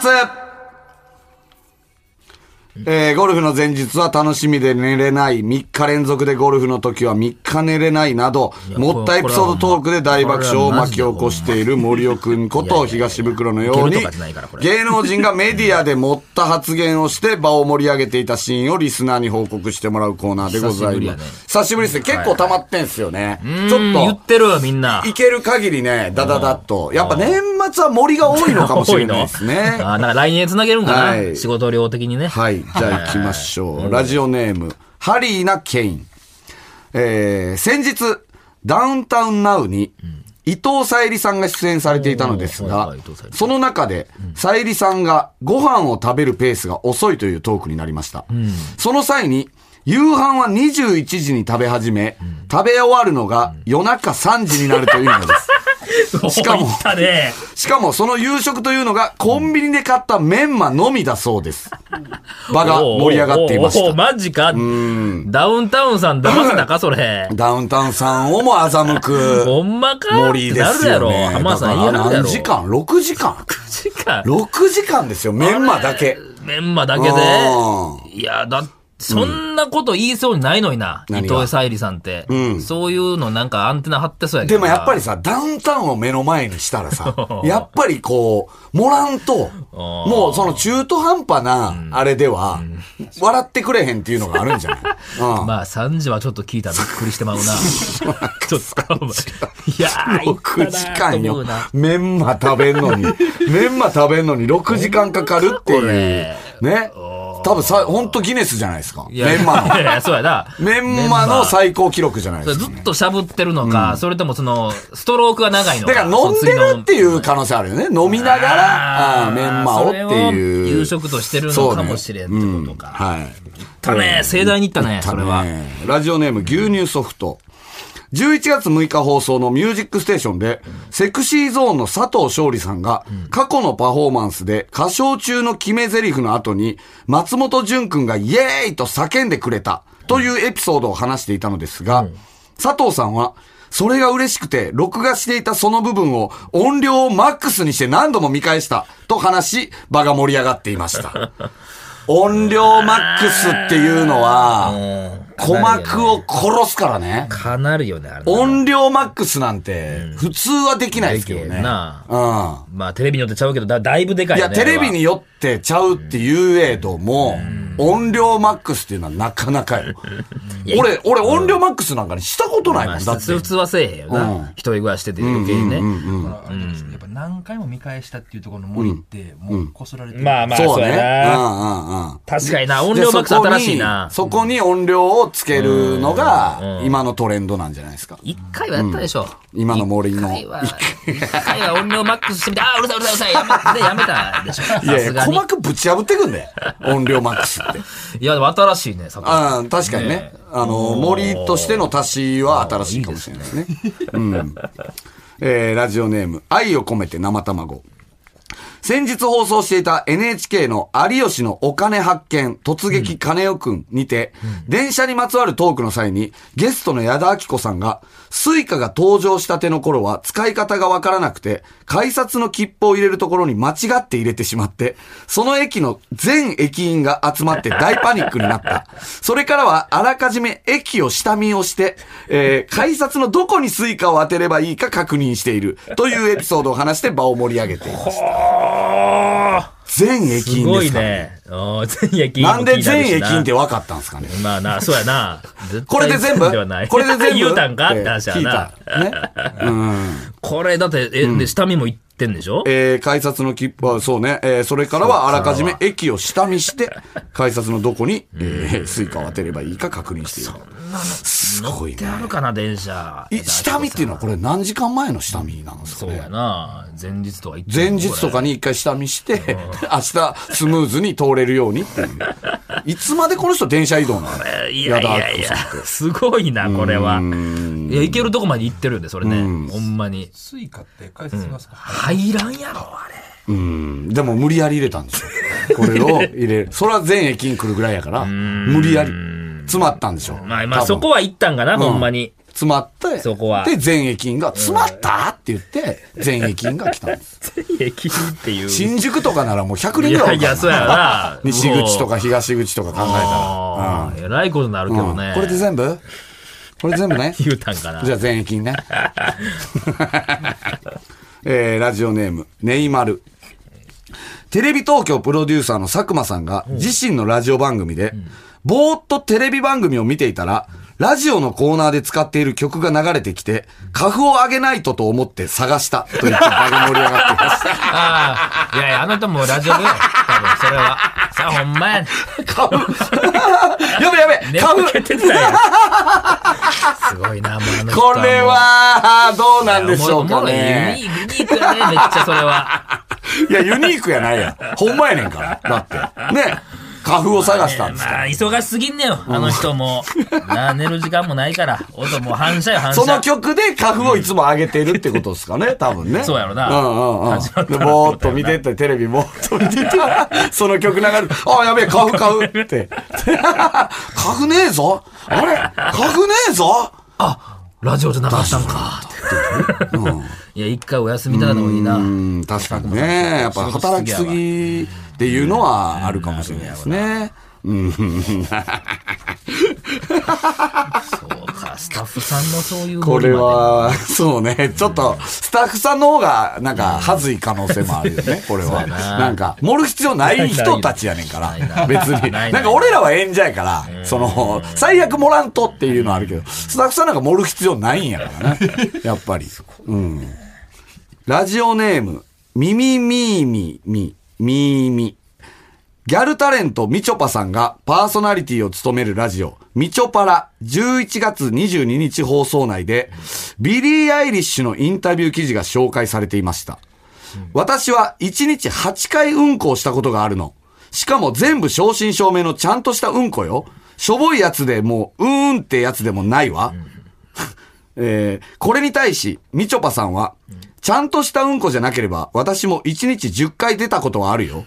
[SPEAKER 3] えーゴルフの前日は楽しみで寝れない、3日連続でゴルフの時は3日寝れないなど、もったエピソードトークで大爆笑を巻き起こしている森尾くんこと東袋のよう
[SPEAKER 2] いや
[SPEAKER 3] に
[SPEAKER 2] いやいやいけるとかじゃないからこれ、
[SPEAKER 3] 芸能人がメディアで持った発言をして場を盛り上げていたシーンをリスナーに報告してもらうコーナーでござ
[SPEAKER 2] 久し
[SPEAKER 3] い
[SPEAKER 2] ぶりや
[SPEAKER 3] ま
[SPEAKER 2] ね
[SPEAKER 3] す。久しぶりですね。結構溜まってんすよね。ち
[SPEAKER 2] うん
[SPEAKER 3] ょ
[SPEAKER 2] 言
[SPEAKER 3] っ
[SPEAKER 2] ってるみんな
[SPEAKER 3] と、い。ける限りね、ダダダっと。やっぱ年末は森が多いのかもしれないです [laughs] ね。
[SPEAKER 2] あ、なんか来年つなげるんかな、
[SPEAKER 3] はい
[SPEAKER 2] 仕事量的にね。
[SPEAKER 3] はい、じゃあ行きましょう。ラジオネーム、ハリーナ・ケイン。えー、先日、ダウンタウンナウに、伊藤沙莉さんが出演されていたのです
[SPEAKER 2] おーは
[SPEAKER 3] が
[SPEAKER 2] いはい伊藤沙、莉
[SPEAKER 3] その中で、沙莉さんがご飯を食べるペースが遅いというトークになりました。その際に、夕飯は21時に食べ始め、食べ終わるのが夜中3時になるというの
[SPEAKER 2] [laughs]
[SPEAKER 3] です。しか
[SPEAKER 2] お
[SPEAKER 3] も
[SPEAKER 2] ー言ったね。
[SPEAKER 3] しかもその夕食というのがコンビニで買ったメンマのみだそうです。場が盛り上がっていま
[SPEAKER 2] おーおーおーお
[SPEAKER 3] し
[SPEAKER 2] ー
[SPEAKER 3] た。
[SPEAKER 2] マジか。ダウンタウンさん騙せたか、そ
[SPEAKER 3] [laughs]
[SPEAKER 2] れ。
[SPEAKER 3] ダウンタウンさんをも欺
[SPEAKER 2] ほ
[SPEAKER 3] く
[SPEAKER 2] んまか
[SPEAKER 3] 森ですよ
[SPEAKER 2] ってなるや
[SPEAKER 3] ね。
[SPEAKER 2] ろ。浜田さん言い
[SPEAKER 3] だから
[SPEAKER 2] はるやろ。
[SPEAKER 3] 何時間 ?6 時間
[SPEAKER 2] 時間
[SPEAKER 3] ?6 時間
[SPEAKER 2] [laughs]
[SPEAKER 3] ですよ、メンマだけ。
[SPEAKER 2] メンマだけ
[SPEAKER 3] う
[SPEAKER 2] で。いや、だ、そんなこと言いそうにないのにな。伊
[SPEAKER 3] 何が
[SPEAKER 2] 藤沙莉さんって、
[SPEAKER 3] ん
[SPEAKER 2] そういうのなんかアンテナ張ってそうやけ
[SPEAKER 3] で
[SPEAKER 2] ど
[SPEAKER 3] も
[SPEAKER 2] な。
[SPEAKER 3] やっぱりさ、ダウンタウンを目の前にした
[SPEAKER 2] [laughs]
[SPEAKER 3] らさ、やっぱりこう、もらんと、
[SPEAKER 2] ー
[SPEAKER 3] もうその中途半端な、あれでは、笑ってくれへんっていうのがある
[SPEAKER 2] [laughs]
[SPEAKER 3] んじゃないうん
[SPEAKER 2] まあ3時はちょっと聞いたらびっくりして
[SPEAKER 3] [laughs]
[SPEAKER 2] まうな。ちょっと、お前いやー、行った
[SPEAKER 3] 6
[SPEAKER 2] な
[SPEAKER 3] 時
[SPEAKER 2] ーと
[SPEAKER 3] 間
[SPEAKER 2] 思
[SPEAKER 3] よ
[SPEAKER 2] うな。。
[SPEAKER 3] メンマ食べん
[SPEAKER 2] [laughs]
[SPEAKER 3] のに、メンマ食べんのに6時間かかるっていう。
[SPEAKER 2] これ
[SPEAKER 3] ね。多分さ、ほんとギネスじゃないですか。
[SPEAKER 2] いや
[SPEAKER 3] メンマ
[SPEAKER 2] [laughs]
[SPEAKER 3] の。
[SPEAKER 2] いやいやそうやな。
[SPEAKER 3] メンマの最高記録じゃない
[SPEAKER 2] そ
[SPEAKER 3] で
[SPEAKER 2] れ
[SPEAKER 3] す
[SPEAKER 2] ず
[SPEAKER 3] か。
[SPEAKER 2] っとしゃぶってるのか、それともその、ストロークが長いのか。
[SPEAKER 3] だから飲んでるって
[SPEAKER 2] う。
[SPEAKER 3] いう可能性あるよね。飲みながら、ああーメンマをって
[SPEAKER 2] そ
[SPEAKER 3] い
[SPEAKER 2] れ
[SPEAKER 3] う。
[SPEAKER 2] を夕食としてるのかもしれんってことか。
[SPEAKER 3] はい。
[SPEAKER 2] だね、盛大に行ったね、それは。
[SPEAKER 3] ラジオネーム牛乳ソフト。11月6日放送のミュージックステーションで、セクシーゾーンの佐藤勝利さんが、過去のパフォーマンスで歌唱中の決め台詞の後に、松本潤くんがイエーイと叫んでくれたというエピソードを話していたのですが、佐藤さんは、それが嬉しくて、録画していたその部分を音量をマックスにして何度も見返したと話し、場が盛り上がってい
[SPEAKER 2] [laughs]
[SPEAKER 3] ました。音量マックスっていうのは、鼓膜を殺すからね。
[SPEAKER 2] かなるよね、あれな。
[SPEAKER 3] 音量マックスなんて、普通はできないですけど
[SPEAKER 2] でき
[SPEAKER 3] ね。
[SPEAKER 2] へんな
[SPEAKER 3] うん。
[SPEAKER 2] まあ、テレビによってちゃうけど、だだいぶでかい
[SPEAKER 3] い
[SPEAKER 2] よ
[SPEAKER 3] や、
[SPEAKER 2] ね。
[SPEAKER 3] テレビによってちゃうって言えども、音量マックスっていうのはなかなか
[SPEAKER 2] [laughs]
[SPEAKER 3] よ。俺、俺音量マックスなんかにしたことない
[SPEAKER 2] ま
[SPEAKER 3] も
[SPEAKER 2] あ
[SPEAKER 3] ん。だって。
[SPEAKER 2] 普通はせえへんよな。
[SPEAKER 3] うん
[SPEAKER 2] 一人暮らししてて余計にね。
[SPEAKER 4] だからあれですけどやっぱ何回も見返したっていうところの森って、もうこすられてる。
[SPEAKER 2] まあまあ、
[SPEAKER 3] そ
[SPEAKER 2] そううや
[SPEAKER 3] ね。う
[SPEAKER 2] な。
[SPEAKER 3] んうんうん。
[SPEAKER 2] 確かにな、
[SPEAKER 3] で
[SPEAKER 2] 音量マックス新しいな。
[SPEAKER 3] そこにそこに音量をつけるのが、今のトレンドなんじゃないですか。
[SPEAKER 2] 一回はやったでしょ。
[SPEAKER 3] 今の森の。
[SPEAKER 2] 一回は、一回は音量マックスしてみて、あー、うるさいうるさいうるさい、や
[SPEAKER 3] [laughs]
[SPEAKER 2] めでやめたでしょ。さ
[SPEAKER 3] いやい
[SPEAKER 2] す
[SPEAKER 3] や、
[SPEAKER 2] が
[SPEAKER 3] 鼓
[SPEAKER 2] に。
[SPEAKER 3] 膜ぶち破ってくんで。音量マックスって。
[SPEAKER 2] いや、でも新しいね、さ
[SPEAKER 3] ああ、確かにね。あの、森としての足しは新しいかもしれないですね。 [laughs] うん。えーラジオネーム、愛を込めて生卵。先日放送していた NHK の有吉のお金発見突撃金代くんにて、電車にまつわるトークの際に、ゲストの矢田明子さんが、スイカが登場したての頃は使い方がわからなくて、改札の切符を入れるところに間違って入れてしまって、その駅の全駅員が集まって大パニックになった。それからはあらかじめ駅を下見をして、えー改札のどこにスイカを当てればいいか確認しているというエピソードを話して場を盛り上げています。全駅
[SPEAKER 2] す
[SPEAKER 3] 員
[SPEAKER 2] ご
[SPEAKER 3] で
[SPEAKER 2] い
[SPEAKER 3] すか、
[SPEAKER 2] ね。おー [laughs] 全駅員も
[SPEAKER 3] なんで
[SPEAKER 2] 気にる
[SPEAKER 3] 全
[SPEAKER 2] し
[SPEAKER 3] 駅員って分かったんですかね
[SPEAKER 2] まあな、そうやな。
[SPEAKER 3] これで全部
[SPEAKER 2] 絶対そうはない
[SPEAKER 3] これで全部
[SPEAKER 2] 言うたんかって
[SPEAKER 3] えー
[SPEAKER 2] 話やな。
[SPEAKER 3] 聞いた。ね。うん。
[SPEAKER 2] これだって、え、で、下見も行ってんでしょ
[SPEAKER 3] えー改札の切符は、そうね、えーそれからはあらかじめ駅を下見して、改札のどこに、えースイカを当てればいいか確認している。すごい
[SPEAKER 2] ってあ
[SPEAKER 3] ね。
[SPEAKER 2] るかな、電車。
[SPEAKER 3] い下見っていうのはこれ何時間前の下見なんですか
[SPEAKER 2] そうや
[SPEAKER 3] ね
[SPEAKER 2] な。前日とか行ってんの
[SPEAKER 3] 前日とかに一回下見して、で [laughs] 明日スムーズに通れるようにっていう。いつまでこの人電車移動なの
[SPEAKER 2] これ [laughs] いやいやいや、すごいな、これは。いや、行けるとこまで行ってるんで、それね。ほんまに。
[SPEAKER 4] スイカって解説しますか、
[SPEAKER 2] 入らんやろ、あれ。
[SPEAKER 3] うんでも無理やり入れた
[SPEAKER 2] [laughs]
[SPEAKER 3] んですよ。これを入れる。それは全駅に来るぐらいやから、無理やり。詰まったんでしょう。
[SPEAKER 2] まあまあ、
[SPEAKER 3] 多分
[SPEAKER 2] そこは行ったんかな、ほんまに。
[SPEAKER 3] 詰まって、
[SPEAKER 2] そこは
[SPEAKER 3] で、全駅員が、詰まったって言って、全駅員が
[SPEAKER 2] [laughs]
[SPEAKER 3] 来たんです。
[SPEAKER 2] 駅員って
[SPEAKER 3] [laughs]
[SPEAKER 2] いう。
[SPEAKER 3] 新宿とかならもう100人ぐ
[SPEAKER 2] い
[SPEAKER 3] らいお
[SPEAKER 2] や
[SPEAKER 3] る
[SPEAKER 2] い
[SPEAKER 3] から
[SPEAKER 2] や、
[SPEAKER 3] な。
[SPEAKER 2] そうやな
[SPEAKER 3] 西口とか東口とか考え
[SPEAKER 2] あー。えらいことになるけ
[SPEAKER 3] たら。
[SPEAKER 2] ど
[SPEAKER 3] うん
[SPEAKER 2] ね。
[SPEAKER 3] これで全部これ
[SPEAKER 2] [laughs]
[SPEAKER 3] 全部ね。
[SPEAKER 2] 言うたんかな。
[SPEAKER 3] じゃあ全員ね。 [laughs] えーラジオネーム、ネイマル。テレビ東京プロデューサーの佐久間さんが自身のラジオ番組で、ぼーっとテレビ番組を見ていたら、ラジオのコーナーで使っている曲が流れてきて、花粉を上げないとと思って探したと言って場が盛り上がっていまし
[SPEAKER 2] ああ、いやいや、あの人もラジオでよ。多分、それは。さあ、ほんまやね。
[SPEAKER 3] た。 [laughs] 花粉 [laughs] やべやべ
[SPEAKER 2] 寝
[SPEAKER 3] [laughs] 花粉
[SPEAKER 2] ぼけてたやん。すごいな、もうあの人
[SPEAKER 3] こ
[SPEAKER 2] はもう。
[SPEAKER 3] れは、どうなんでしょうか
[SPEAKER 2] いやおも
[SPEAKER 3] ね。
[SPEAKER 2] ろいおもろいユニークユニークだね、めっちゃそれ
[SPEAKER 3] [laughs]
[SPEAKER 2] は。
[SPEAKER 3] いや、ユニークやないやん。ほんまやねんから。だって。ね。花粉を探したんですから
[SPEAKER 2] まあ、忙しすぎんねよ、あの人も。なあ、寝る時間もないから。音もう反射よ、反射。
[SPEAKER 3] その曲で花粉をいつも上げてるってことですかね、多分ね。
[SPEAKER 2] そうやろな
[SPEAKER 3] うんうんうん。
[SPEAKER 2] 始まった
[SPEAKER 3] で
[SPEAKER 2] ら
[SPEAKER 3] ぼーっと見てて、テレビぼーっと見てたら、その曲流れて、あ、やべえ、花粉花粉って。花粉ねえぞあれ花粉ねえぞ
[SPEAKER 2] あ、ラジオじゃなかったんか。いや、一回お休みいただいた方がいいな。
[SPEAKER 3] うん、確かにね。やっぱ働きすぎっていうのはあるかもしれないですね。
[SPEAKER 2] そうか、スタッフさんのそういう
[SPEAKER 3] こ
[SPEAKER 2] ノリ
[SPEAKER 3] れ
[SPEAKER 2] まで。
[SPEAKER 3] は、そうね。ちょっと、スタッフさんの方が、なんか、はずい可能性もある
[SPEAKER 2] [laughs]
[SPEAKER 3] よね、これは。なんか、盛る必要ない人たちやねんから、別に。
[SPEAKER 2] ない
[SPEAKER 3] なんか、俺らは演者やから、その、最悪盛らんとっていうのはあるけど、スタッフさんなんか盛る必要ないんやから
[SPEAKER 2] [laughs]
[SPEAKER 3] ね。やっぱり。うん。ラジオネーム、ミミミーミーミーミーミーギャルタレントみちょぱさんがパーソナリティを務めるラジオ、みちょぱら11月22日放送内で、ビリー・アイリッシュのインタビュー記事が紹介されていました。私は1日8回うんこをしたことがあるの。しかも全部正真正銘のちゃんとしたうんこよ。しょぼいやつでもう、うー [laughs] んってやつでもないわ。えーこれに対し、みちょぱさんは、ちゃんとしたうんこじゃなければ、私も1日10回出たことはあ [laughs] るよ。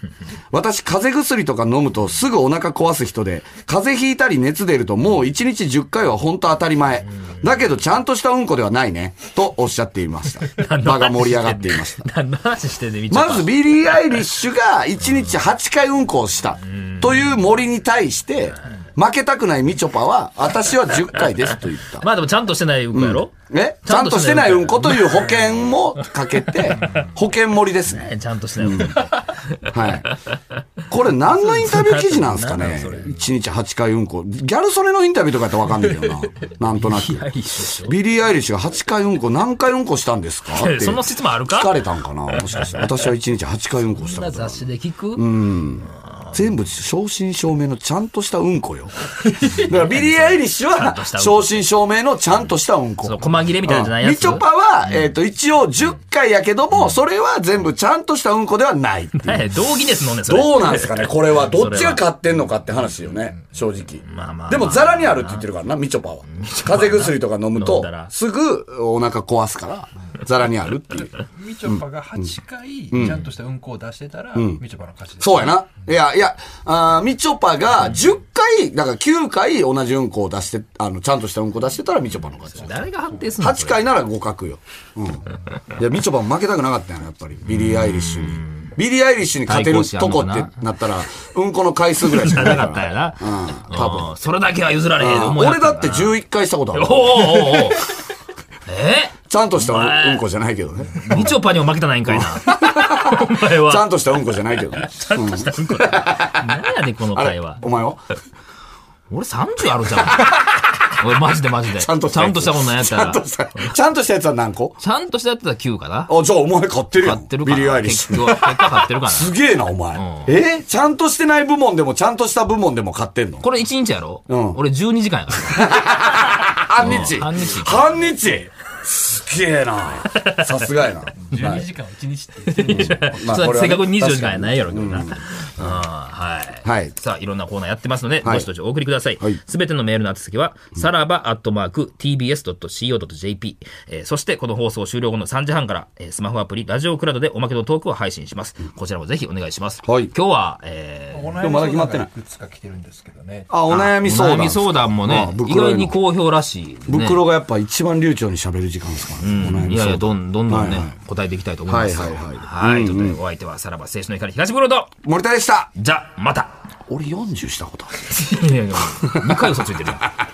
[SPEAKER 3] 私、風邪薬とか飲むとすぐお腹壊す人で、風邪ひいたり熱出るともう1日10回は本当当たり前。だけど、ちゃんとしたうんこではないね。とおっしゃっていま [laughs] した。場が盛り上がっていました。
[SPEAKER 2] [laughs] 何の話してんねんみちょぱ
[SPEAKER 3] まず、ビリー・アイリッシュが1日8回うんこをした。という森に対して、負けたくないみちょぱは、私は10回ですと言った。
[SPEAKER 2] まあでもちゃんとしてないうんこやろ、
[SPEAKER 3] えちゃんとしてないうんこという保険もかけて、 [laughs] 保険盛りですね。
[SPEAKER 2] ねちゃんとしてないうんこ。
[SPEAKER 3] はい。これ何のインタビュー記事なんですか
[SPEAKER 2] [laughs]
[SPEAKER 3] ね ?1 日8回うんこ。ギャル曽根のインタビューとかやったらわかんないけどな。
[SPEAKER 2] [laughs]
[SPEAKER 3] なんとなく。
[SPEAKER 2] いいっしょ
[SPEAKER 3] ビリー・アイリッシュが8回うんこ、何回うんこしたんですかって
[SPEAKER 2] [laughs] その
[SPEAKER 3] 聞
[SPEAKER 2] 質問あるか
[SPEAKER 3] かれたんかなもしかして。私は1日8回うんこし
[SPEAKER 2] そ
[SPEAKER 3] た
[SPEAKER 2] ん
[SPEAKER 3] こ
[SPEAKER 2] な
[SPEAKER 3] とあ
[SPEAKER 2] 雑誌
[SPEAKER 3] る
[SPEAKER 2] で聞く、
[SPEAKER 3] 全部正真正銘のちゃんとしたうん
[SPEAKER 2] [laughs]
[SPEAKER 3] こよ。だからビリー・アイリッシュは
[SPEAKER 2] としたうんこ
[SPEAKER 3] 正真正銘のちゃんとしたうんこ。
[SPEAKER 2] その細切れみたいなのじゃないやつ
[SPEAKER 3] みちょぱは、えっ、と、一応10回やけども、それは全部ちゃんとしたうんこではないっていう。
[SPEAKER 2] 何や同義ですのねんそれ
[SPEAKER 3] どうなんですかねこ
[SPEAKER 2] [laughs]
[SPEAKER 3] れは。どっちが勝ってんのかって話よね、正直。
[SPEAKER 2] まあまあ
[SPEAKER 3] でも、ザラにあるって言ってるからな、みちょぱは。風邪薬とか飲む
[SPEAKER 2] 飲ん
[SPEAKER 3] と
[SPEAKER 2] だら、
[SPEAKER 3] すぐお腹壊すから、ザラにあるっていう。
[SPEAKER 4] みちょぱが8回ちゃんとしたうんこを出してたら、みちょぱの勝ちです
[SPEAKER 3] そうやな。いや、いや、あーみちょぱが10回、だから9回同じうんこを出して、あの、ちゃんとしたうんこ出してたらみちょぱの勝ち。
[SPEAKER 2] 誰が判定すんの
[SPEAKER 3] 8回なら互角よ。うん。いや、みちょぱも負けたくなかったんやな、やっぱり。ビリー・アイリッシュに。ビリー・アイリッシュに勝てるとこってなったら、うんこの回数ぐらいしかな
[SPEAKER 2] [laughs]
[SPEAKER 3] い
[SPEAKER 2] なか
[SPEAKER 3] か
[SPEAKER 2] った
[SPEAKER 3] ら。
[SPEAKER 2] やな、
[SPEAKER 3] うん、多分。
[SPEAKER 2] うんそれだけは譲られへん
[SPEAKER 3] あー
[SPEAKER 2] 思いや
[SPEAKER 3] 俺
[SPEAKER 2] た
[SPEAKER 3] だ
[SPEAKER 2] ら
[SPEAKER 3] って11回したことある
[SPEAKER 2] お。ーおーおーえ
[SPEAKER 3] ちゃんとしたうんこじゃないけどね。
[SPEAKER 2] みちょぱにも負けたないんかいなお前
[SPEAKER 3] ちゃ
[SPEAKER 2] は
[SPEAKER 3] んとしたうんこじゃない
[SPEAKER 2] [laughs]
[SPEAKER 3] けどね。
[SPEAKER 2] ちゃんとしたうんこ何やねんこの
[SPEAKER 3] あ
[SPEAKER 2] 会
[SPEAKER 3] れ
[SPEAKER 2] 話
[SPEAKER 3] お前は
[SPEAKER 2] 俺30あるじゃんおいマジでマジでち
[SPEAKER 3] ちゃんとしたやつ。
[SPEAKER 2] したもんなんやったら
[SPEAKER 3] ちゃんとした。ちゃんとしたやつは何個
[SPEAKER 2] ちゃんとしたやつは9かな
[SPEAKER 3] あ、じゃあお前買ってるや
[SPEAKER 2] 買っ
[SPEAKER 3] ん。
[SPEAKER 2] て
[SPEAKER 3] ビ
[SPEAKER 2] るかな
[SPEAKER 3] リー・アイリッシ
[SPEAKER 2] 結
[SPEAKER 3] ュ。
[SPEAKER 2] 局結果買ってるかな
[SPEAKER 3] すげえな、お前。えちゃんとしてない部門でもちゃんとした部門でも買ってんの
[SPEAKER 2] これ1日やろ、
[SPEAKER 3] うん
[SPEAKER 2] 俺12時間やから
[SPEAKER 3] [laughs] 半日
[SPEAKER 2] 半日
[SPEAKER 3] 半日すげえな。さすがやな。 [laughs] は
[SPEAKER 4] 12
[SPEAKER 3] い
[SPEAKER 4] 時間を1日って言ってるんでしょ
[SPEAKER 3] [laughs] まあ
[SPEAKER 2] そ
[SPEAKER 3] こ
[SPEAKER 2] う
[SPEAKER 3] れは
[SPEAKER 2] 正
[SPEAKER 3] ね
[SPEAKER 2] 確に24時間やないやろ、今日な。うんはい、
[SPEAKER 3] はい
[SPEAKER 2] さあ、いろんなコーナーやってますので、
[SPEAKER 3] はい
[SPEAKER 2] どしどしお送りください
[SPEAKER 3] はい。
[SPEAKER 2] すべ、てのメールの宛先は、さらばアットマーク tbs.co.jp、えーそして、この放送終了後の3時半から、えースマホアプリ、ラジオクラウドでおまけのトークを配信します。こちらもぜひお願いします。
[SPEAKER 3] はい
[SPEAKER 2] 今日は、えー
[SPEAKER 4] お
[SPEAKER 3] でも
[SPEAKER 4] 悩み
[SPEAKER 3] まだ決ま
[SPEAKER 4] 相
[SPEAKER 3] って
[SPEAKER 4] 談
[SPEAKER 3] ない
[SPEAKER 4] がいくつか来てるんですけどね。
[SPEAKER 3] あ、お悩み相談。
[SPEAKER 2] お悩み相談もね
[SPEAKER 3] あ、ブ
[SPEAKER 2] 意
[SPEAKER 3] クロへの
[SPEAKER 2] 外に好評らしいですね。
[SPEAKER 3] 袋がやっぱ一番流暢に喋る時間ですからね。お悩
[SPEAKER 2] い
[SPEAKER 3] み
[SPEAKER 2] やい
[SPEAKER 3] 相
[SPEAKER 2] や、
[SPEAKER 3] 談。
[SPEAKER 2] どんどんどんね、
[SPEAKER 3] はいはい
[SPEAKER 2] 答えていきたいと思いますよ。
[SPEAKER 3] はいはいはい
[SPEAKER 2] はいということで、お相手は、さらば青春の光東ブロード。
[SPEAKER 3] 森田でした
[SPEAKER 2] じゃ、また。
[SPEAKER 3] 俺40したことある。
[SPEAKER 2] いやいや、2回嘘ついてるやん。